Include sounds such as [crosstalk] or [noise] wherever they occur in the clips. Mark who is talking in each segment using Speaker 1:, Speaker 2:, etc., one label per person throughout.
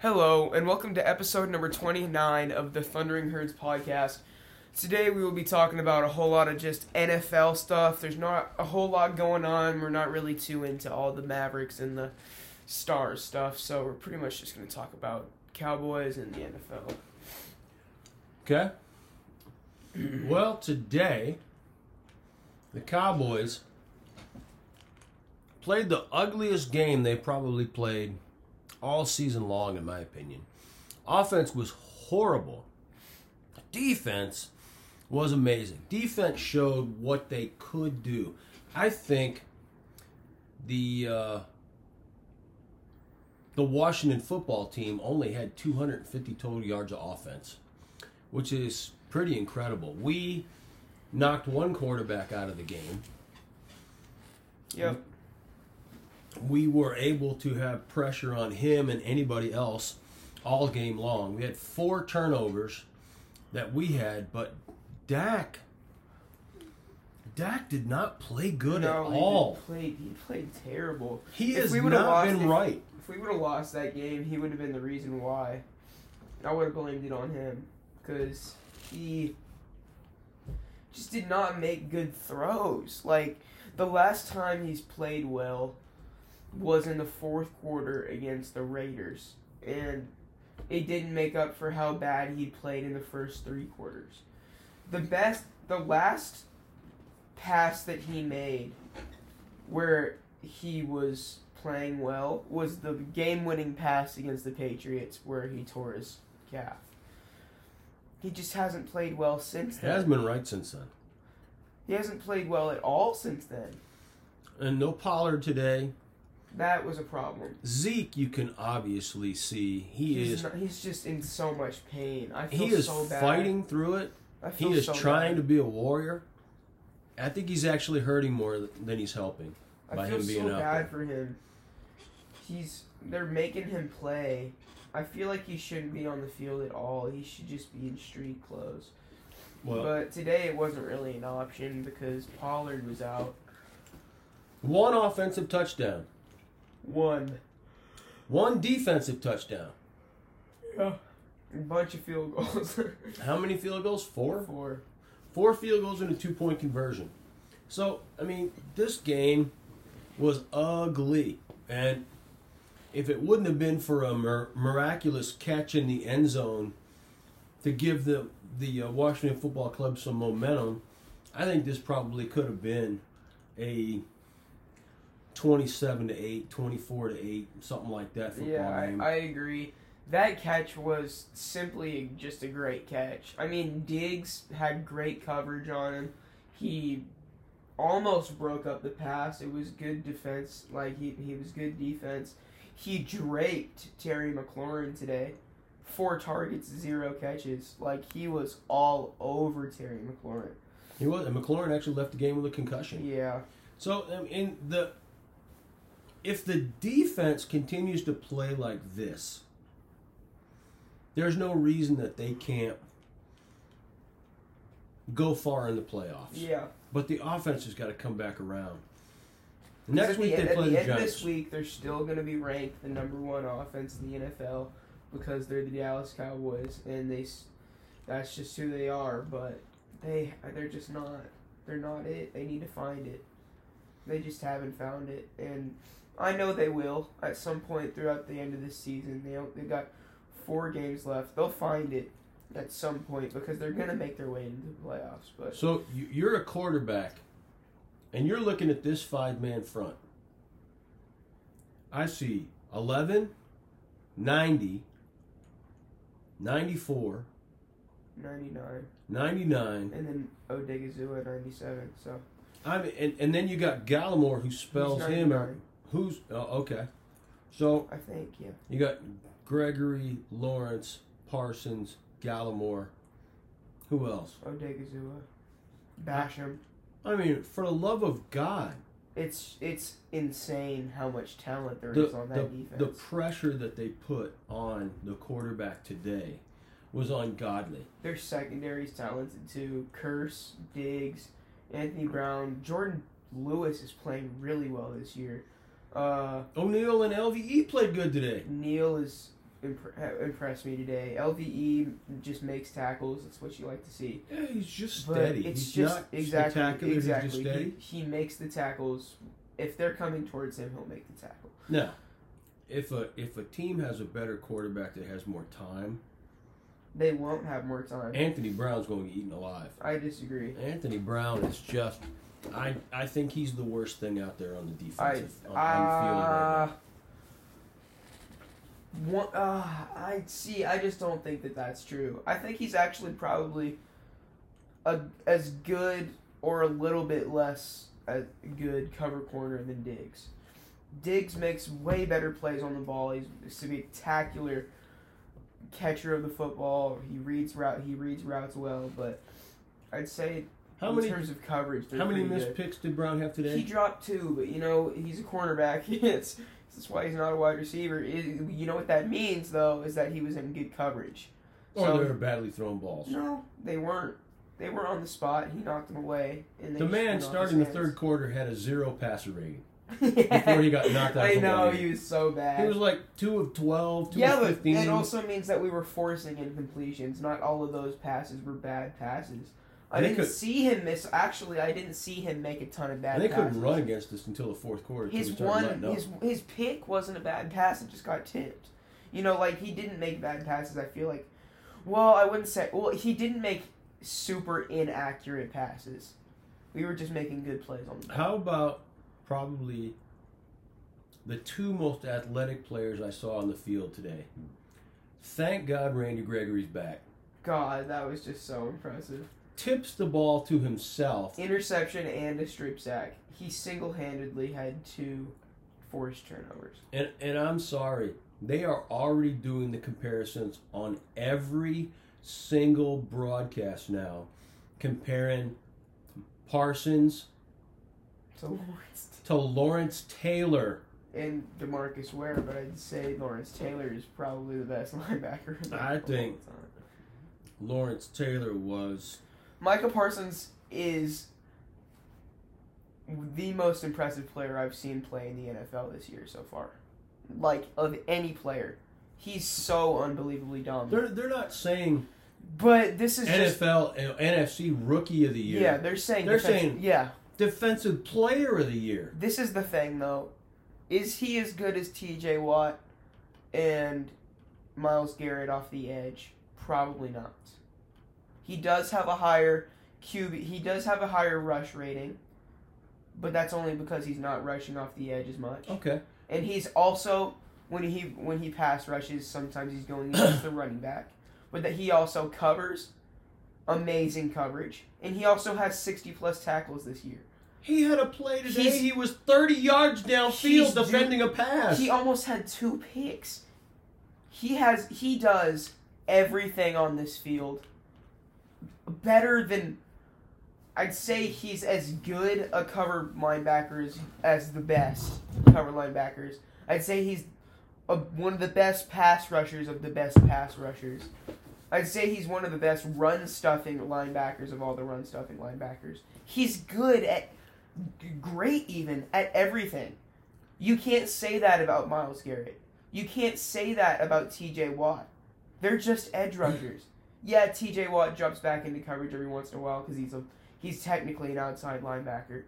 Speaker 1: Hello, and welcome to episode number 29 of the Thundering Herds podcast. Today we will be talking about a whole lot of just NFL stuff. There's not a whole lot going on. We're not really too into all the Mavericks and the Stars stuff, so we're pretty much just going to talk about Cowboys and the NFL.
Speaker 2: Okay. [clears throat] Well, today, the Cowboys played the ugliest game they probably played all season long, in my opinion. Offense was horrible. Defense was amazing. Defense showed what they could do. I think the uh, the Washington football team only had 250 total yards of offense which is pretty incredible. We knocked one quarterback out of the game.
Speaker 1: Yep.
Speaker 2: We were able to have pressure on him and anybody else all game long. We had four turnovers that we had, but Dak Dak did not play good
Speaker 1: No,
Speaker 2: at
Speaker 1: he
Speaker 2: all.
Speaker 1: played, he played terrible.
Speaker 2: He
Speaker 1: If
Speaker 2: has
Speaker 1: we would've
Speaker 2: not
Speaker 1: lost,
Speaker 2: been
Speaker 1: if-
Speaker 2: right.
Speaker 1: If we would have lost that game, he would have been the reason why. And I would have blamed it on him because he just did not make good throws. Like the last time he's played well was in the fourth quarter against the Raiders, and it didn't make up for how bad he played in the first three quarters. The best, the last pass that he made, where he was playing well was the game winning pass against the Patriots where he tore his calf. He just hasn't played well since
Speaker 2: He
Speaker 1: then.
Speaker 2: has been right since then.
Speaker 1: He hasn't played well at all since then.
Speaker 2: And no Pollard today.
Speaker 1: That was a problem.
Speaker 2: Zeke, you can obviously see he
Speaker 1: he's
Speaker 2: is
Speaker 1: not- he's just in so much pain. I feel
Speaker 2: he is
Speaker 1: so bad.
Speaker 2: fighting through it.
Speaker 1: I
Speaker 2: He
Speaker 1: feel
Speaker 2: is
Speaker 1: so
Speaker 2: trying
Speaker 1: bad.
Speaker 2: to be a warrior. I think he's actually hurting more th- than he's helping. by
Speaker 1: I feel
Speaker 2: him being
Speaker 1: so
Speaker 2: out
Speaker 1: bad
Speaker 2: there.
Speaker 1: for him. He's they're making him play. I feel like he shouldn't be on the field at all. He should just be in street clothes. but today it wasn't really an option because Pollard was out.
Speaker 2: one offensive touchdown,
Speaker 1: One,
Speaker 2: one defensive touchdown.
Speaker 1: yeah. a bunch of field goals. [laughs]
Speaker 2: How many field goals? Four?
Speaker 1: Four.
Speaker 2: Four field goals and a two point conversion. So, I mean, this game was ugly. And if it wouldn't have been for a mir- miraculous catch in the end zone to give the, the uh, Washington Football Club some momentum, I think this probably could have been a 27 to 8, 24 to 8, something like that football
Speaker 1: Yeah,
Speaker 2: game.
Speaker 1: I, I agree. That catch was simply just a great catch. I mean, Diggs had great coverage on him. He almost broke up the pass. It was good defense. Like he he was good defense. He draped Terry McLaurin today. Four targets, zero catches. Like he was all over Terry McLaurin.
Speaker 2: he was, and McLaurin actually left the game with a concussion.
Speaker 1: Yeah.
Speaker 2: So I mean the if the defense continues to play like this, there's no reason that they can't go far in the playoffs.
Speaker 1: Yeah.
Speaker 2: But the offense has got to come back around.
Speaker 1: 'Cause
Speaker 2: Next
Speaker 1: at
Speaker 2: week
Speaker 1: the, end-
Speaker 2: they
Speaker 1: at
Speaker 2: play the,
Speaker 1: the end
Speaker 2: Giants.
Speaker 1: this week, they're still going to be ranked the number one offense in the NFL because they're the Dallas Cowboys, and they s- that's just who they are. But they they're just not they're not it. They need to find it. They just haven't found it, and I know they will at some point throughout the end of this season. They don't- they've got four games left. They'll find it at some point because they're going to make their way into the playoffs. But
Speaker 2: So you- you're a quarterback, and you're looking at this five man front. I see 11, 90, 94,
Speaker 1: ninety nine,
Speaker 2: 99,
Speaker 1: and then Odigazoo at ninety seven. So
Speaker 2: I mean, and, and then you got Gallimore who spells
Speaker 1: He's
Speaker 2: him
Speaker 1: 99.
Speaker 2: out. Who's oh, okay? So
Speaker 1: I think, yeah.
Speaker 2: you got Gregory Lawrence, Parsons, Gallimore. Who else?
Speaker 1: Odegazua. Basham.
Speaker 2: I mean, for the love of God,
Speaker 1: It's it's insane how much talent there is
Speaker 2: the
Speaker 1: on
Speaker 2: the,
Speaker 1: that defense.
Speaker 2: the pressure that they put on the quarterback today was ungodly.
Speaker 1: Their secondary's talented too. Curse, Diggs, Anthony Brown, Jordan Lewis is playing really well this year. Uh,
Speaker 2: O'Neal and LVE played E good today.
Speaker 1: Neal is imp- ha- impressed me today. LVE just makes tackles. That's what you like to see.
Speaker 2: Yeah, he's just
Speaker 1: But
Speaker 2: steady.
Speaker 1: it's
Speaker 2: he's
Speaker 1: just
Speaker 2: not
Speaker 1: exactly
Speaker 2: spectacular.
Speaker 1: exactly.
Speaker 2: He's just steady.
Speaker 1: He, he makes the tackles. If they're coming towards him, he'll make the tackle.
Speaker 2: Now, if a if a team has a better quarterback that has more time,
Speaker 1: They won't have more time.
Speaker 2: Anthony Brown's going to be eaten alive.
Speaker 1: I disagree.
Speaker 2: Anthony Brown is just. I I think he's the worst thing out there on the
Speaker 1: I
Speaker 2: defensive. on, on the field right
Speaker 1: uh,
Speaker 2: now.
Speaker 1: one, uh, I see. I just don't think that that's true. I think he's actually probably a as good or a little bit less a good cover corner than Diggs. Diggs makes way better plays on the ball. He's a spectacular catcher of the football. He reads route. He reads routes well, but I'd say
Speaker 2: How
Speaker 1: in
Speaker 2: many
Speaker 1: terms of coverage, they're
Speaker 2: how many
Speaker 1: pretty
Speaker 2: missed
Speaker 1: good.
Speaker 2: picks did Brown have
Speaker 1: He
Speaker 2: today?
Speaker 1: dropped two, but you know he's a cornerback. [laughs] it's that's why he's not a wide receiver. It- you know what that means though is that he was in good coverage.
Speaker 2: or
Speaker 1: so-
Speaker 2: Oh, they were badly thrown balls.
Speaker 1: No, they weren't. They were on the spot. He knocked them away. And they
Speaker 2: The
Speaker 1: just
Speaker 2: man
Speaker 1: went off
Speaker 2: starting the
Speaker 1: his
Speaker 2: third [laughs] quarter had a zero passer rating.
Speaker 1: hands.
Speaker 2: before he got knocked out
Speaker 1: [laughs] I
Speaker 2: the
Speaker 1: know
Speaker 2: line.
Speaker 1: he was so bad.
Speaker 2: He was like two of twelve, two
Speaker 1: yeah,
Speaker 2: of
Speaker 1: but
Speaker 2: fifteen.
Speaker 1: that also means that we were forcing incompletions. Not all of those passes were bad passes. I
Speaker 2: They
Speaker 1: didn't
Speaker 2: could-
Speaker 1: see him miss. Actually, I didn't see him make a ton of bad.
Speaker 2: and they
Speaker 1: passes.
Speaker 2: couldn't run against us until the fourth quarter. till
Speaker 1: his
Speaker 2: we started
Speaker 1: one
Speaker 2: letting up.
Speaker 1: his his pick wasn't a bad pass it just got tipped you know like he didn't make bad passes i feel like well i wouldn't say well he didn't make super inaccurate passes we were just making good plays on the ball.
Speaker 2: How about probably the two most athletic players I saw on the field today? Thank God Randy Gregory's back.
Speaker 1: god that was just so impressive
Speaker 2: Tips the ball to himself.
Speaker 1: interception and a strip sack he single-handedly had two forced turnovers
Speaker 2: And and I'm sorry, they are already doing the comparisons on every single broadcast now, comparing Parsons
Speaker 1: to Lawrence
Speaker 2: to Lawrence Taylor.
Speaker 1: and Demarcus Ware, but I'd say Lawrence Taylor is probably the best [laughs] linebacker. in the
Speaker 2: I
Speaker 1: NFL of all
Speaker 2: think-
Speaker 1: time.
Speaker 2: Lawrence Taylor was
Speaker 1: Micah Parsons is the most impressive player I've seen play in the NFL this year so far. Like of any player, he's so unbelievably dominant.
Speaker 2: they're they're not saying
Speaker 1: But this is just
Speaker 2: NFL NFC rookie of the year.
Speaker 1: yeah. They're saying
Speaker 2: They're
Speaker 1: defense-
Speaker 2: saying-
Speaker 1: yeah.
Speaker 2: defensive player of the year.
Speaker 1: This is the thing though, is he as good as T.J. Watt and Miles Garrett off the edge? Probably not. He does have a higher QB. He does have a higher rush rating, but that's only because he's not rushing off the edge as much.
Speaker 2: Okay.
Speaker 1: And he's also when he when he pass rushes, sometimes he's going against the running back, but that he also covers amazing coverage, and he also has sixty plus tackles this year.
Speaker 2: He had a play today.
Speaker 1: He's-
Speaker 2: he was 30 yards
Speaker 1: He's
Speaker 2: downfield
Speaker 1: do-
Speaker 2: defending a pass.
Speaker 1: He almost had two picks. He has he does everything on this field better than I'd say he's as good a cover linebacker as, as the best cover linebackers. I'd say he's a, one of the best pass rushers of the best pass rushers. I'd say he's one of the best run stuffing linebackers of all the run stuffing linebackers. He's good at great even at everything. You can't say that about Miles Garrett. You can't say that about TJ Watt. They're just
Speaker 2: [laughs]
Speaker 1: edge rushers. Yeah, TJ Watt jumps back into coverage every once in a while because he's a he's technically an outside linebacker.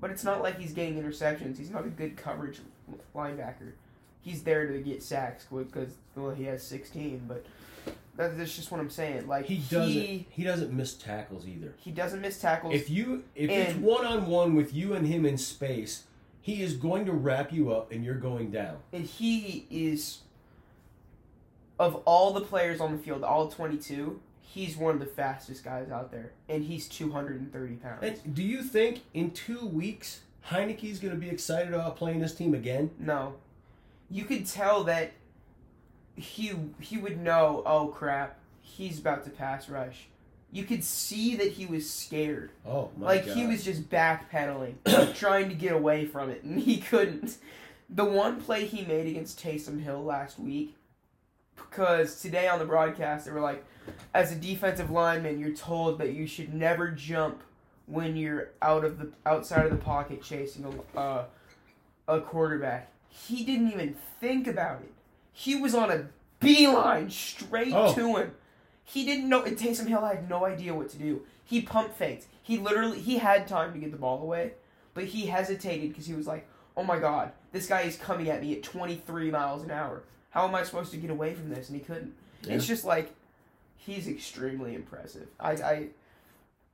Speaker 1: But it's not like he's getting interceptions. He's not a good coverage linebacker. He's there to get sacks because well he has 16. But that, that's just what I'm saying. Like
Speaker 2: He doesn't he, doesn't miss tackles either.
Speaker 1: he doesn't miss tackles.
Speaker 2: If you if it's
Speaker 1: And-
Speaker 2: one on one with you and him in space, he is going to wrap you up and you're going down.
Speaker 1: and he is of all the players on the field, all 22, he's one of the fastest guys out there, and he's 230 pounds.
Speaker 2: And do you think in 2 weeks Heineke's going to be excited about playing this team again?
Speaker 1: no, you could tell that he he would know. Oh crap, he's about to pass rush. You could see that he was scared.
Speaker 2: Oh my
Speaker 1: like
Speaker 2: god.
Speaker 1: he was just backpedaling, [clears throat] trying to get away from it, and he couldn't. The one play he made against Taysom Hill last week, because today on the broadcast they were like, as a defensive lineman, you're told that you should never jump when you're out of the outside of the pocket chasing a uh, a quarterback. He didn't even think about it. He was on a beeline straight
Speaker 2: Oh.
Speaker 1: to him. He didn't know. And Taysom Hill had no idea what to do. He pump faked. He literally he had time to get the ball away, but he hesitated because he was like, "Oh my God, this guy is coming at me at 23 miles an hour. How am I supposed to get away from this?" And he couldn't. It's just like he's extremely impressive. I I,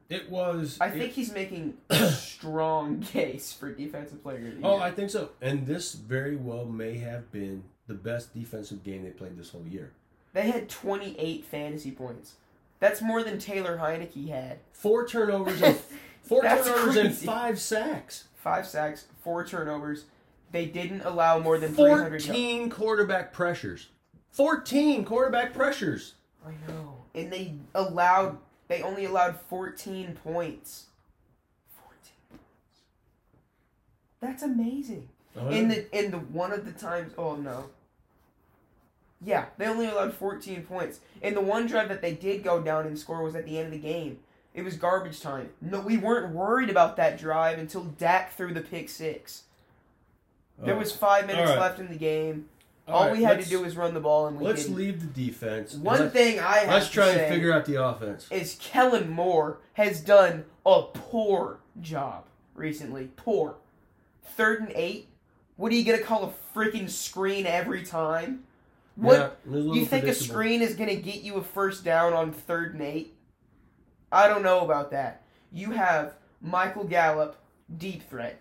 Speaker 2: It was.
Speaker 1: I
Speaker 2: it-
Speaker 1: think he's making a
Speaker 2: [coughs]
Speaker 1: strong case for defensive player. Of the
Speaker 2: Oh,
Speaker 1: year.
Speaker 2: I think so. And this very well may have been the best defensive game they played this whole year.
Speaker 1: They had 28 fantasy points. That's more than Taylor Heineke had.
Speaker 2: Four turnovers
Speaker 1: [laughs]
Speaker 2: and four
Speaker 1: That's
Speaker 2: turnovers and
Speaker 1: crazy.
Speaker 2: five sacks.
Speaker 1: Five sacks, four turnovers. They didn't allow more than 300 yards.
Speaker 2: Fourteen quarterback pressures. Fourteen quarterback pressures.
Speaker 1: I know. And they allowed, they only allowed 14 points. 14 points. That's amazing. In the in the one of the times, oh no. Yeah, they only allowed 14 points. And the one drive that they did go down and score was at the end of the game. It was garbage time. No, we weren't worried about that drive until Dak threw the pick six. There
Speaker 2: Oh.
Speaker 1: was five minutes
Speaker 2: All right.
Speaker 1: left in the game.
Speaker 2: All
Speaker 1: All
Speaker 2: right,
Speaker 1: we had to
Speaker 2: let's-
Speaker 1: do was run the ball, and we
Speaker 2: Let's
Speaker 1: didn't.
Speaker 2: leave the defense. and
Speaker 1: One
Speaker 2: let's,
Speaker 1: thing I have
Speaker 2: Let's
Speaker 1: to
Speaker 2: try
Speaker 1: say
Speaker 2: and figure out the offense.
Speaker 1: is Kellen Moore has done a poor job recently. Poor. Third and eight. What are you gonna call a freaking screen every time? What
Speaker 2: Yeah, it was a little
Speaker 1: you think a
Speaker 2: predictable.
Speaker 1: screen is gonna get you a first down on third and eight? I don't know about that. You have Michael Gallup, deep threat.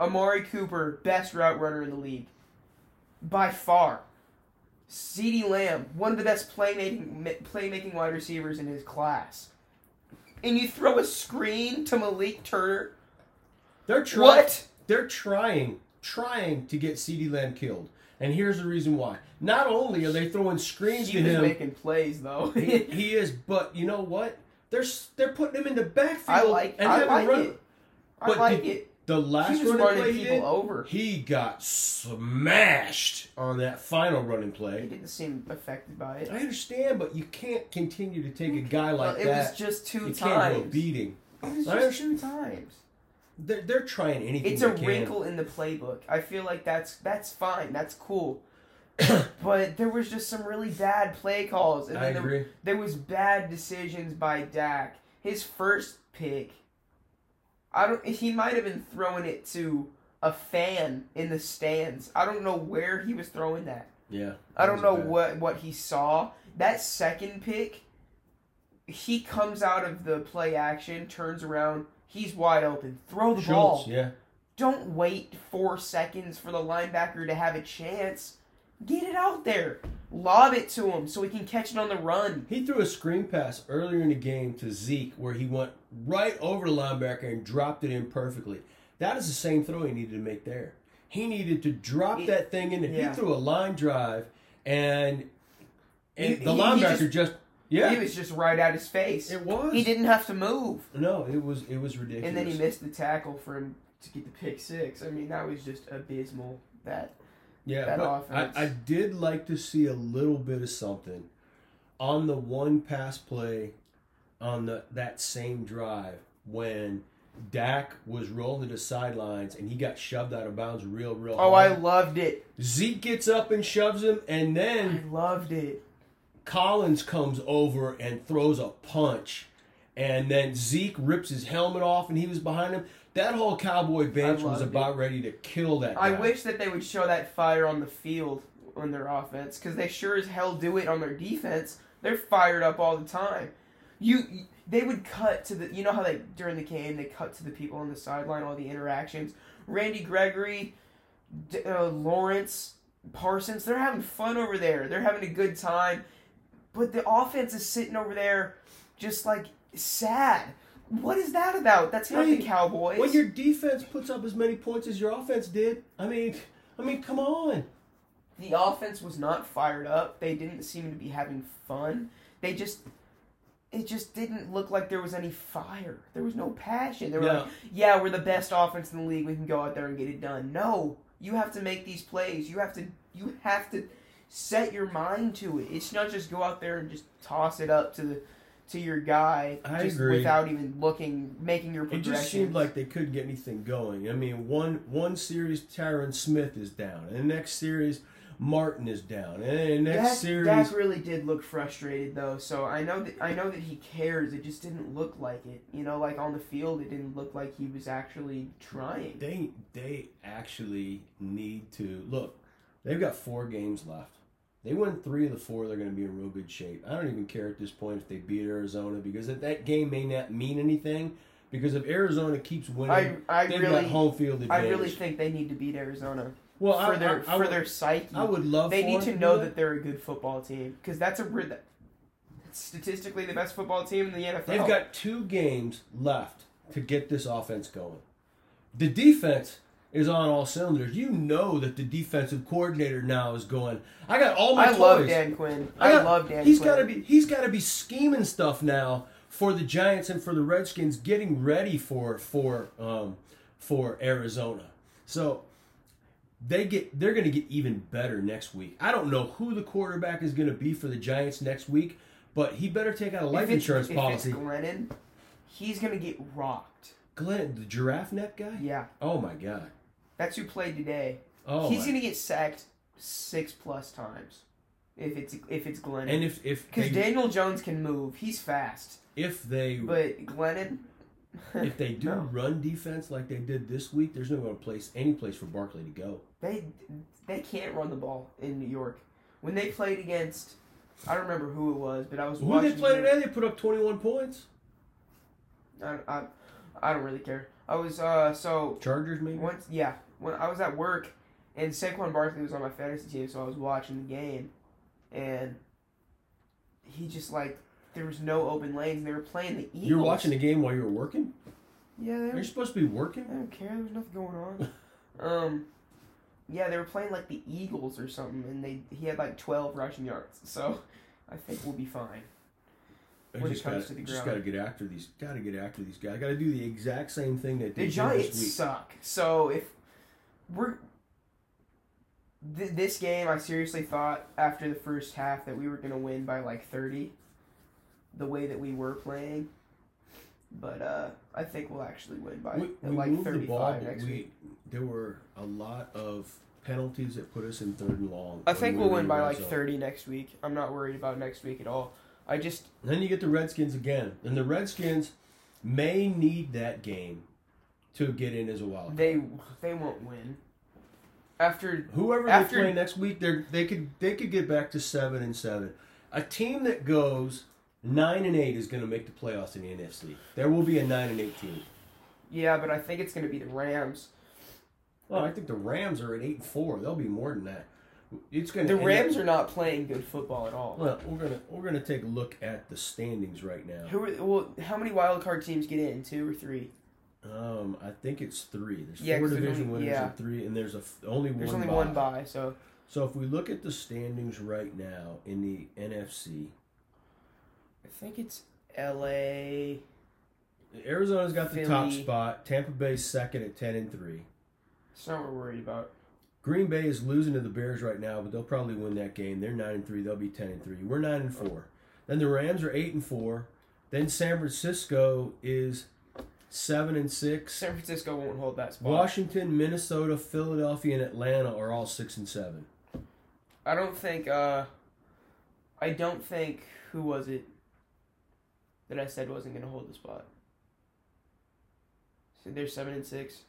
Speaker 1: Amari Cooper, best route runner in the league. By far. CeeDee Lamb, one of the best playmaking ma- playmaking wide receivers in his class. And you throw a screen to Malik Turner.
Speaker 2: They're trying.
Speaker 1: What?
Speaker 2: They're trying, trying to get Ceedee Lamb killed. And here's the reason why. Not only are they throwing screens
Speaker 1: He
Speaker 2: to
Speaker 1: was
Speaker 2: him,
Speaker 1: making plays though.
Speaker 2: he, he is. But you know what? They're s- they're putting him in the
Speaker 1: [laughs]
Speaker 2: backfield.
Speaker 1: I like
Speaker 2: and
Speaker 1: I
Speaker 2: having
Speaker 1: like
Speaker 2: run-
Speaker 1: it. I
Speaker 2: But
Speaker 1: like
Speaker 2: did-
Speaker 1: it.
Speaker 2: The last
Speaker 1: was
Speaker 2: running
Speaker 1: running
Speaker 2: play he
Speaker 1: people
Speaker 2: did,
Speaker 1: over.
Speaker 2: He got smashed on that final running
Speaker 1: He
Speaker 2: play.
Speaker 1: didn't seem affected by it.
Speaker 2: I understand, but you can't continue to take a guy
Speaker 1: Well,
Speaker 2: like
Speaker 1: it
Speaker 2: that.
Speaker 1: was just two
Speaker 2: you can't do a
Speaker 1: times.
Speaker 2: beating.
Speaker 1: It was
Speaker 2: I
Speaker 1: just two times.
Speaker 2: They're, they're trying anything.
Speaker 1: It's
Speaker 2: they
Speaker 1: a
Speaker 2: can.
Speaker 1: wrinkle in the playbook. I feel like that's that's fine. That's
Speaker 2: [coughs]
Speaker 1: cool. but there was just some really bad play calls, and
Speaker 2: I
Speaker 1: then there,
Speaker 2: agree.
Speaker 1: there was bad decisions by Dak. His first pick, I don't. He might have been throwing it to a fan in the stands. I don't know where he was throwing that.
Speaker 2: Yeah.
Speaker 1: I
Speaker 2: that was
Speaker 1: don't know
Speaker 2: bad.
Speaker 1: what what he saw. That second pick, he comes out of the play action, turns around, he's wide open. Throw the ball.
Speaker 2: Schultz, yeah.
Speaker 1: Don't wait four seconds for the linebacker to have a chance. Get it out there. Lob it to him so he can catch it on the run.
Speaker 2: He threw a screen pass earlier in the game to Zeke where he went right over the linebacker and dropped it in perfectly. That is the same throw he needed to make there. He needed to drop
Speaker 1: He-
Speaker 2: that thing in. there.
Speaker 1: yeah.
Speaker 2: He threw a line drive and and
Speaker 1: He-
Speaker 2: the
Speaker 1: he- he
Speaker 2: linebacker
Speaker 1: just-
Speaker 2: just, yeah
Speaker 1: He was just right at his face.
Speaker 2: it was
Speaker 1: He didn't have to move.
Speaker 2: no it was it was ridiculous.
Speaker 1: And then he missed the tackle for him to get the pick six. I mean, that was just abysmal. That
Speaker 2: Yeah,
Speaker 1: that
Speaker 2: but
Speaker 1: offense.
Speaker 2: I, I did like to see a little bit of something on the one pass play on the that same drive when Dak was rolling to the sidelines and he got shoved out of bounds real, real
Speaker 1: Oh, I
Speaker 2: hard.
Speaker 1: loved it.
Speaker 2: Zeke gets up and shoves him, and
Speaker 1: I
Speaker 2: then
Speaker 1: loved it.
Speaker 2: Collins comes over and throws a punch. And then Zeke rips his helmet off, and he was behind him. That whole cowboy bench was
Speaker 1: loved it.
Speaker 2: about ready to kill that.
Speaker 1: I
Speaker 2: guy.
Speaker 1: wish that they would show that fire on the field on their offense because they sure as hell do it on their defense. They're fired up all the time. You, they would cut to the. You know how they during the game they cut to the people on the sideline, all the interactions. Randy Gregory, D- uh, Lawrence, Parsons, they're having fun over there. They're having a good time, but the offense is sitting over there, just like sad. What is that about? That's not
Speaker 2: Right.
Speaker 1: the Cowboys.
Speaker 2: When your defense puts up as many points as your offense did, I mean, I mean, come on.
Speaker 1: the offense was not fired up. They didn't seem to be having fun. They just it just didn't look like there was any fire. There was no passion. They were
Speaker 2: No.
Speaker 1: like, "Yeah, we're the best offense in the league. We can go out there and get it done." No, you have to make these plays. You have to you have to set your mind to it. It's not just go out there and just toss it up to the to your guy
Speaker 2: I
Speaker 1: just
Speaker 2: agree.
Speaker 1: without even looking, making your
Speaker 2: It
Speaker 1: progression.
Speaker 2: just seemed like they couldn't get anything going. I mean, one one series, Tyron Smith is down, and the next series, Martin is down. And next
Speaker 1: Dak,
Speaker 2: series,
Speaker 1: Dak really did look frustrated though, so I know that I know that he cares. It just didn't look like it. You know, like on the field, it didn't look like he was actually trying.
Speaker 2: they they actually need to look. They've got four games left. They win three of the four. They're going to be in real good shape. I don't even care at this point if they beat Arizona because that, that game may not mean anything. Because if Arizona keeps winning,
Speaker 1: I I
Speaker 2: they've got
Speaker 1: really
Speaker 2: home field
Speaker 1: I
Speaker 2: advantage.
Speaker 1: really think they need to beat Arizona
Speaker 2: well, I-
Speaker 1: for their
Speaker 2: I, I
Speaker 1: for
Speaker 2: would,
Speaker 1: their psyche.
Speaker 2: I would love.
Speaker 1: they
Speaker 2: for
Speaker 1: need
Speaker 2: them
Speaker 1: to know
Speaker 2: do
Speaker 1: that they're a good football team because that's a re- that's statistically the best football team in the NFL.
Speaker 2: They've got two games left to get this offense going. The defense is on all cylinders. You know that the defensive coordinator now is going. I got all my
Speaker 1: I
Speaker 2: toys.
Speaker 1: love Dan Quinn. I,
Speaker 2: got-
Speaker 1: love Dan.
Speaker 2: He's
Speaker 1: Quinn.
Speaker 2: got to be. He's got to be scheming stuff now for the Giants and for the Redskins, getting ready for for um, for Arizona. So they get. They're going to get even better next week. I don't know who the quarterback is going to be for the Giants next week, but he better take out a life
Speaker 1: If it's-
Speaker 2: insurance
Speaker 1: if
Speaker 2: policy.
Speaker 1: It's Glennon, he's gonna get rocked.
Speaker 2: Glenn, the giraffe neck guy.
Speaker 1: Yeah,
Speaker 2: Oh my god.
Speaker 1: that's who played today.
Speaker 2: Oh.
Speaker 1: he's
Speaker 2: my-
Speaker 1: gonna get sacked six plus times if it's if it's
Speaker 2: and
Speaker 1: Glennon.
Speaker 2: if if
Speaker 1: Because
Speaker 2: they-
Speaker 1: Daniel Jones can move, he's fast.
Speaker 2: if they
Speaker 1: But Glennon,
Speaker 2: if they do
Speaker 1: no.
Speaker 2: run defense like they did this week, there's no other place any place for Barkley to go.
Speaker 1: [laughs] they they can't run the ball in New York. When they played against, I don't remember who it was, but I was
Speaker 2: Who
Speaker 1: watching.
Speaker 2: they play
Speaker 1: the-
Speaker 2: today? They put up 21 points.
Speaker 1: I, I, I don't really care. I was uh so
Speaker 2: Chargers maybe.
Speaker 1: Once, yeah, when I was at work, and Saquon Barkley was on my fantasy team, so I was watching the game, and he just like there was no open lanes. They were playing the Eagles.
Speaker 2: You're watching the game while you were working.
Speaker 1: Yeah, they
Speaker 2: You're
Speaker 1: were,
Speaker 2: supposed to be working.
Speaker 1: I don't care. There was nothing going
Speaker 2: [laughs]
Speaker 1: on. um, yeah, they were playing like the Eagles or something, and they he had like twelve rushing yards. So I think we'll be fine.
Speaker 2: I
Speaker 1: When it
Speaker 2: just
Speaker 1: comes
Speaker 2: gotta,
Speaker 1: to the
Speaker 2: just
Speaker 1: ground.
Speaker 2: gotta get after these. Gotta get after these guys. Gotta do the exact same thing that they
Speaker 1: The
Speaker 2: did
Speaker 1: Giants
Speaker 2: this week.
Speaker 1: suck. So if we're th- this game, I seriously thought after the first half that we were gonna win by like thirty, the way that we were playing. But uh, I think we'll actually win by
Speaker 2: We, we
Speaker 1: like
Speaker 2: moved the ball,
Speaker 1: thirty-five
Speaker 2: but
Speaker 1: next week.
Speaker 2: we, there were a lot of penalties that put us in third and long.
Speaker 1: I
Speaker 2: when
Speaker 1: think
Speaker 2: we
Speaker 1: we'll
Speaker 2: were
Speaker 1: win
Speaker 2: in
Speaker 1: by
Speaker 2: red
Speaker 1: like
Speaker 2: zone.
Speaker 1: thirty next week. I'm not worried about next week at all. I just
Speaker 2: And then you get the Redskins again, and the Redskins may need that game to get in as a wild. card.
Speaker 1: they they won't win. After
Speaker 2: Whoever
Speaker 1: After-
Speaker 2: they play next week, they are they could they could get back to seven and seven. A team that goes nine and eight is going to make the playoffs in the NFC. There will be a nine and eight team.
Speaker 1: yeah, but I think it's gonna be the Rams.
Speaker 2: Well, I think the Rams are at eight and four. They'll be more than that. It's going
Speaker 1: The Rams are not playing good football at all.
Speaker 2: Well, we're gonna we're gonna take a look at the standings right now.
Speaker 1: Who are, well, how many wild card teams get in? Two or three?
Speaker 2: Um, I think it's three. There's
Speaker 1: Yeah,
Speaker 2: four
Speaker 1: 'cause there's
Speaker 2: division
Speaker 1: only-
Speaker 2: winners
Speaker 1: yeah.
Speaker 2: and three, and there's a f- only
Speaker 1: There's
Speaker 2: one.
Speaker 1: only
Speaker 2: bye.
Speaker 1: one bye, so
Speaker 2: So if we look at the standings right now in the NFC,
Speaker 1: I think it's L.A.
Speaker 2: Arizona's got the top
Speaker 1: Philly.
Speaker 2: spot. Tampa Bay's second at ten and three.
Speaker 1: It's not what we're worried about.
Speaker 2: Green Bay is losing to the Bears right now, but they'll probably win that game. They're nine and three. They'll be ten and three. We're nine and four. Then the Rams are eight and four. Then San Francisco is seven and six.
Speaker 1: San Francisco won't hold that spot.
Speaker 2: Washington, Minnesota, Philadelphia, and Atlanta are all six and seven.
Speaker 1: I don't think. uh I don't think who was it that I said wasn't going to hold the spot. So they're seven and six.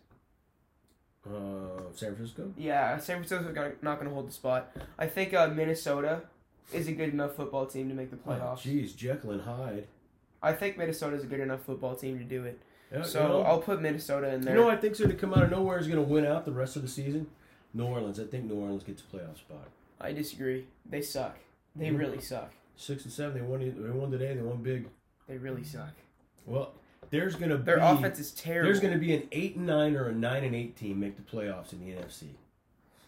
Speaker 2: Uh, San Francisco.
Speaker 1: Yeah, San Francisco's gonna- not going to hold the spot. I think uh, Minnesota is a good enough football team to make the
Speaker 2: Oh,
Speaker 1: playoffs.
Speaker 2: Jeez, Jekyll and Hyde.
Speaker 1: I think Minnesota's a good enough football team to do it.
Speaker 2: Yeah,
Speaker 1: So
Speaker 2: you know,
Speaker 1: I'll put Minnesota in
Speaker 2: You
Speaker 1: there.
Speaker 2: know, what I think so to come out of nowhere is going to win out the rest of the season. New Orleans, I think New Orleans gets a playoff spot.
Speaker 1: I disagree. They suck. They
Speaker 2: Mhm.
Speaker 1: really suck.
Speaker 2: Six and seven, they won. e, They won today. They won big.
Speaker 1: They really suck.
Speaker 2: Well, there's going to
Speaker 1: Their
Speaker 2: be,
Speaker 1: offense is terrible.
Speaker 2: There's going to be an eight and nine or a nine and eight team make the playoffs in the NFC.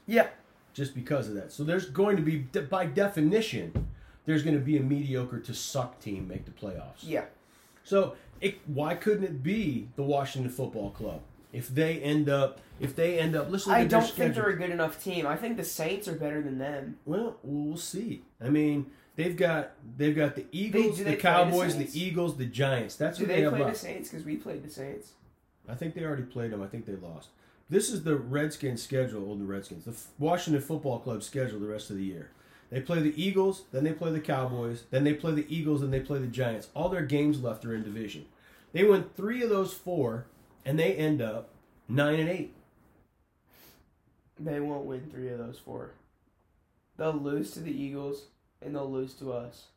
Speaker 1: Yeah.
Speaker 2: just because of that. So there's going to be, de- by definition, there's going to be a mediocre to suck team make the playoffs.
Speaker 1: yeah.
Speaker 2: So it, why couldn't it be the Washington Football Club if they end up if they end up? Listen,
Speaker 1: I
Speaker 2: to their
Speaker 1: don't think
Speaker 2: schedule.
Speaker 1: they're a good enough team. I think the Saints are better than them.
Speaker 2: Well, we'll see. I mean, they've got they've got the Eagles,
Speaker 1: do
Speaker 2: the
Speaker 1: they play the
Speaker 2: Cowboys, the,
Speaker 1: Saints?
Speaker 2: Eagles, the Giants. That's
Speaker 1: Do
Speaker 2: who they,
Speaker 1: they
Speaker 2: have
Speaker 1: play the
Speaker 2: left.
Speaker 1: Saints? Because we played the Saints.
Speaker 2: I think they already played them. I think they lost. This is the Redskins schedule, Old Redskins, the F- Washington Football Club schedule the rest of the year. They play the Eagles, then they play the Cowboys, then they play the Eagles, then they play the Giants. All their games left are in division. They win three of those four, and they end up nine and eight.
Speaker 1: They won't win three of those four. They'll lose to the Eagles and they'll lose to us.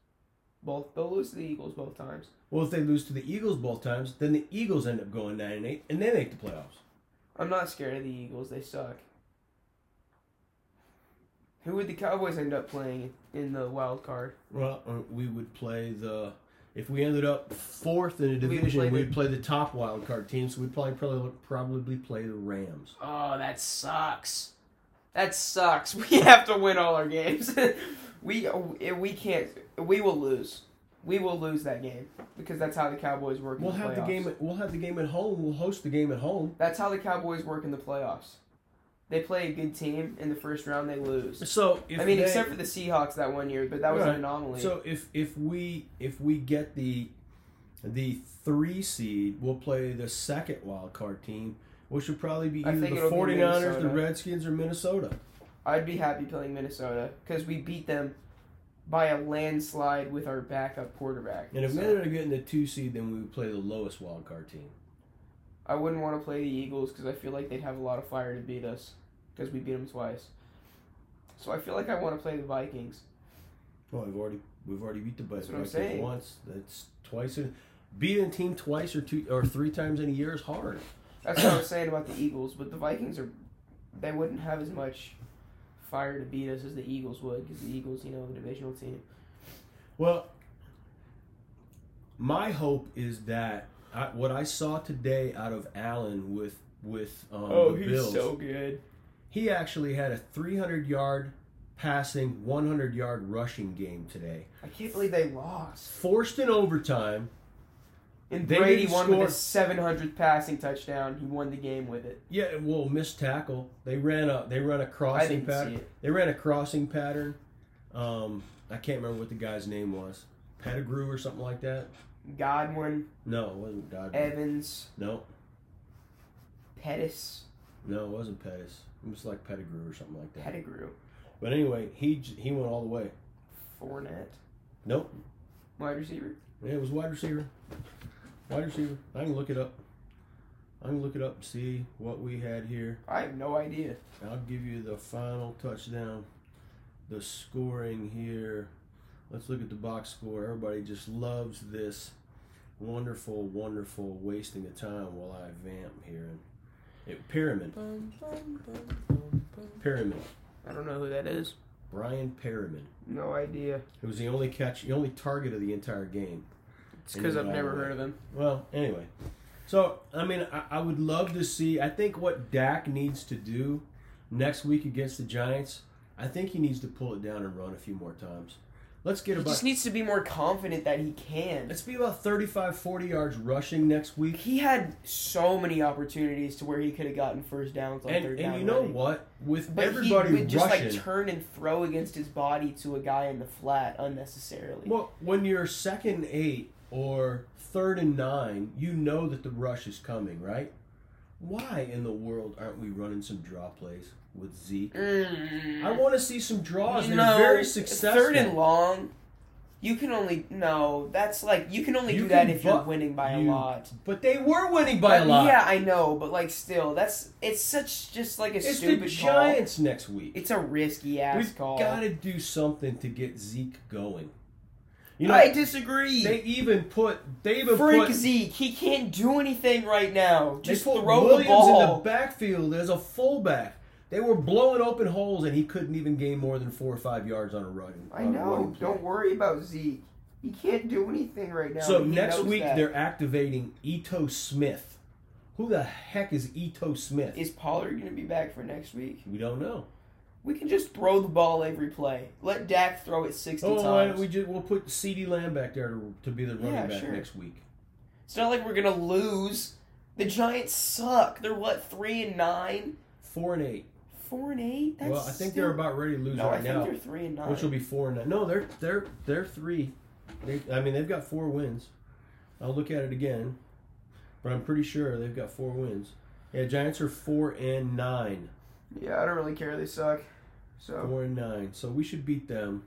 Speaker 1: Both they'll lose to the Eagles both times.
Speaker 2: Well, if they lose to the Eagles both times, then the Eagles end up going nine and eight, and they make the playoffs.
Speaker 1: I'm not scared of the Eagles. They suck. Who would the Cowboys end up playing in the wild card?
Speaker 2: Well, uh, we would play the. If we ended up fourth in a
Speaker 1: would
Speaker 2: division,
Speaker 1: play the-
Speaker 2: we'd play the top wild card team. So we'd probably probably probably play the Rams.
Speaker 1: Oh, that sucks. That sucks. [laughs] We have to win all our games. [laughs] we eh, we can't. We will lose. We will lose that game because that's how the Cowboys work.
Speaker 2: We'll
Speaker 1: in the
Speaker 2: have the
Speaker 1: playoffs.
Speaker 2: game. At, we'll have the game at home. We'll host the game at home.
Speaker 1: That's how the Cowboys work in the playoffs. They play a good team in the first round. They lose.
Speaker 2: So if
Speaker 1: I mean,
Speaker 2: they-
Speaker 1: except for the Seahawks that one year, but that was an
Speaker 2: Right.
Speaker 1: anomaly.
Speaker 2: so if if we if we get the the three seed, we'll play the second wild card team, which would probably be
Speaker 1: I
Speaker 2: either the
Speaker 1: think it'll be
Speaker 2: 49ers, the
Speaker 1: Minnesota.
Speaker 2: Redskins, or Minnesota.
Speaker 1: I'd be happy playing Minnesota because we beat them by a landslide with our backup quarterback.
Speaker 2: And if
Speaker 1: So,
Speaker 2: we ended up getting the two seed, then we would play the lowest wild card team.
Speaker 1: I wouldn't want to play the Eagles because I feel like they'd have a lot of fire to beat us because we beat them twice. So I feel like I want to play the Vikings.
Speaker 2: Well, we've already we've already beat the Bucks
Speaker 1: That's what I'm saying.
Speaker 2: once. That's twice. In, beating a team twice or two or three times in a year is hard.
Speaker 1: That's what I
Speaker 2: [coughs]
Speaker 1: was saying about the Eagles, but the Vikings are they wouldn't have as much fire to beat us as the Eagles would because the Eagles, you know, the divisional team.
Speaker 2: Well, my hope is that I, what I saw today out of Allen with with um,
Speaker 1: Oh,
Speaker 2: the Bills,
Speaker 1: good.
Speaker 2: he actually had a 300 yard passing, 100 yard rushing game today.
Speaker 1: I can't believe they lost.
Speaker 2: Forced in overtime.
Speaker 1: And
Speaker 2: They
Speaker 1: Brady
Speaker 2: didn't
Speaker 1: won
Speaker 2: score.
Speaker 1: with his 700th passing touchdown. He won the game with it.
Speaker 2: Yeah, well, missed tackle. They ran a they ran a
Speaker 1: I
Speaker 2: crossing
Speaker 1: didn't
Speaker 2: pattern.
Speaker 1: see it.
Speaker 2: They ran a crossing pattern. Um, I can't remember what the guy's name was. Pettigrew or something like that.
Speaker 1: Godwin,
Speaker 2: No, it wasn't Godwin.
Speaker 1: Evans,
Speaker 2: no,
Speaker 1: Pettis,
Speaker 2: no, it wasn't Pettis. It was like Pettigrew or something like that.
Speaker 1: Pettigrew,
Speaker 2: But anyway, he j- he went all the way.
Speaker 1: Fournette,
Speaker 2: Nope,
Speaker 1: wide receiver.
Speaker 2: Yeah, it was wide receiver. Wide receiver. I can look it up. I can look it up and see what we had here.
Speaker 1: I have no idea.
Speaker 2: I'll give you the final touchdown. The scoring here. Let's look at the box score. Everybody just loves this wonderful, wonderful wasting of time while I vamp here. It, Pyramid. Pyramid.
Speaker 1: I don't know who that is.
Speaker 2: Brian Perriman.
Speaker 1: No idea.
Speaker 2: Who was the only catch, the only target of the entire game.
Speaker 1: It's because I've
Speaker 2: Yeah.
Speaker 1: never heard of him.
Speaker 2: Well, anyway. So, I mean, I, I would love to see. I think what Dak needs to do next week against the Giants, I think he needs to pull it down and run a few more times. Let's get
Speaker 1: He
Speaker 2: about.
Speaker 1: just needs to be more confident that he can.
Speaker 2: Let's be about 35, 40 yards rushing next week.
Speaker 1: He had so many opportunities to where he could have gotten first downs on
Speaker 2: And,
Speaker 1: third
Speaker 2: and
Speaker 1: down
Speaker 2: you know
Speaker 1: already.
Speaker 2: what? With
Speaker 1: But
Speaker 2: everybody
Speaker 1: he would just
Speaker 2: rushing,
Speaker 1: like turn and throw against his body to a guy in the flat unnecessarily.
Speaker 2: well, when you're second and eight or third and nine, you know that the rush is coming, right? Why in the world aren't we running some draw plays with Zeke?
Speaker 1: Mm.
Speaker 2: I want to see some draws.
Speaker 1: You
Speaker 2: They're
Speaker 1: know,
Speaker 2: very successful.
Speaker 1: Third and long, you can only no. That's like you can only
Speaker 2: You
Speaker 1: do that
Speaker 2: can
Speaker 1: if you're
Speaker 2: buck-
Speaker 1: winning by a
Speaker 2: you-
Speaker 1: lot.
Speaker 2: But they were winning by a
Speaker 1: But,
Speaker 2: lot.
Speaker 1: Yeah, I know, but like still, that's it's such just like a
Speaker 2: it's the
Speaker 1: stupid call.
Speaker 2: Giants next week.
Speaker 1: It's a risky ass
Speaker 2: We've
Speaker 1: call.
Speaker 2: got to do something to get Zeke going. You know,
Speaker 1: I disagree.
Speaker 2: they even put they even
Speaker 1: Freak
Speaker 2: put
Speaker 1: Zeke, he can't do anything right now.
Speaker 2: they
Speaker 1: Just
Speaker 2: put
Speaker 1: throw
Speaker 2: Williams
Speaker 1: the ball.
Speaker 2: in the backfield as a fullback. They were blowing open holes, and he couldn't even gain more than four or five yards on a run.
Speaker 1: I
Speaker 2: on a
Speaker 1: know.
Speaker 2: running play.
Speaker 1: Don't worry about Zeke. He can't do anything right now.
Speaker 2: So
Speaker 1: and he
Speaker 2: next
Speaker 1: knows
Speaker 2: week
Speaker 1: that.
Speaker 2: they're activating Ito Smith. Who the heck is Ito Smith?
Speaker 1: is Pollard going to be back for next week?
Speaker 2: we don't know.
Speaker 1: We can just throw the ball every play. Let Dak throw it 60
Speaker 2: Oh, why
Speaker 1: times.
Speaker 2: don't we just we'll put C.D. Lamb back there to, to be the running
Speaker 1: Yeah,
Speaker 2: back
Speaker 1: sure.
Speaker 2: next week.
Speaker 1: It's not like we're going to lose. The Giants suck. They're what, 3 and 9?
Speaker 2: Four and eight.
Speaker 1: 4 and 8? That's
Speaker 2: well, I think
Speaker 1: still-
Speaker 2: they're about ready to lose
Speaker 1: No, I
Speaker 2: right
Speaker 1: think
Speaker 2: now,
Speaker 1: they're 3 and 9.
Speaker 2: which will be four and nine. No, they're they're they're three. They, I mean, they've got four wins. I'll look at it again, but I'm pretty sure they've got four wins. Yeah, Giants are four and nine.
Speaker 1: Yeah, I don't really care. They suck. So
Speaker 2: Four and nine. So we should beat them.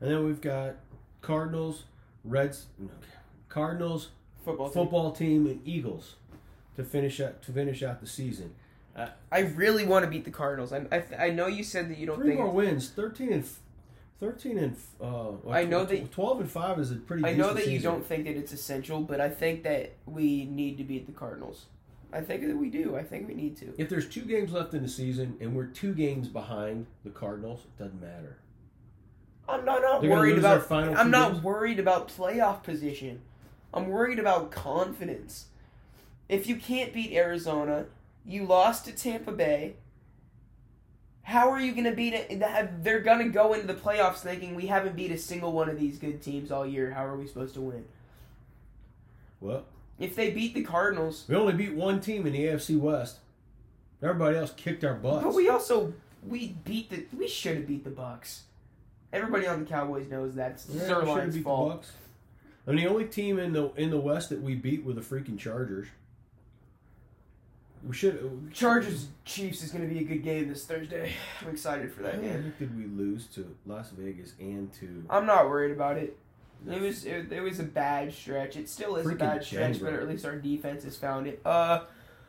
Speaker 2: And then we've got Cardinals, Reds, no, Cardinals,
Speaker 1: football. team.
Speaker 2: football team, and Eagles to finish out to finish out the season.
Speaker 1: I really want to beat the Cardinals. I, I I know you said that you don't
Speaker 2: Three
Speaker 1: think.
Speaker 2: more wins, thirteen and f- thirteen and f- uh.
Speaker 1: I know that-
Speaker 2: twelve and five is a pretty.
Speaker 1: I know
Speaker 2: decent
Speaker 1: that you
Speaker 2: season.
Speaker 1: don't think that it's essential, but I think that we need to beat the Cardinals. I think that we do. I think we need to.
Speaker 2: If there's two games left in the season and we're two games behind the Cardinals, it doesn't matter.
Speaker 1: I'm not, not
Speaker 2: They're gonna
Speaker 1: worried
Speaker 2: lose their
Speaker 1: about.
Speaker 2: final two
Speaker 1: I'm not
Speaker 2: games?
Speaker 1: worried about playoff position. I'm worried about confidence. If you can't beat Arizona, you lost to Tampa Bay. How are you going to beat it? They're going to go into the playoffs thinking we haven't beat a single one of these good teams all year. How are we supposed to win?
Speaker 2: Well,
Speaker 1: If they beat the Cardinals,
Speaker 2: we only beat one team in the AFC West. Everybody else kicked our butts.
Speaker 1: but we also we beat the we should have beat the Bucks. Everybody on the Cowboys knows that's
Speaker 2: Yeah, we should've
Speaker 1: Zerline's
Speaker 2: beat the
Speaker 1: fault.
Speaker 2: Bucks. I mean, the only team in the in the West that we beat were the freaking Chargers. We should.
Speaker 1: Chargers Chiefs is going to be a good game this Thursday. [sighs] I'm excited for
Speaker 2: Who
Speaker 1: that game.
Speaker 2: did we lose to Las Vegas and to
Speaker 1: I'm not worried about it. It was it, it was a bad stretch. It still is a
Speaker 2: Freaking
Speaker 1: bad stretch,
Speaker 2: Denver.
Speaker 1: but at least our defense has found it. Uh,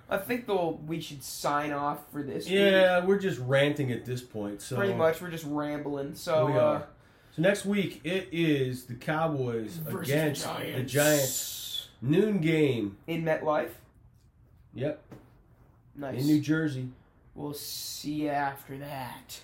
Speaker 1: I think though we should sign off for this. week.
Speaker 2: Yeah, we're just ranting at this point. So
Speaker 1: pretty much we're just rambling. So
Speaker 2: We
Speaker 1: uh,
Speaker 2: are. So next week it is the Cowboys
Speaker 1: versus
Speaker 2: against the Giants. Noon game.
Speaker 1: in MetLife.
Speaker 2: Yep,
Speaker 1: Nice.
Speaker 2: in New Jersey.
Speaker 1: we'll see you after that.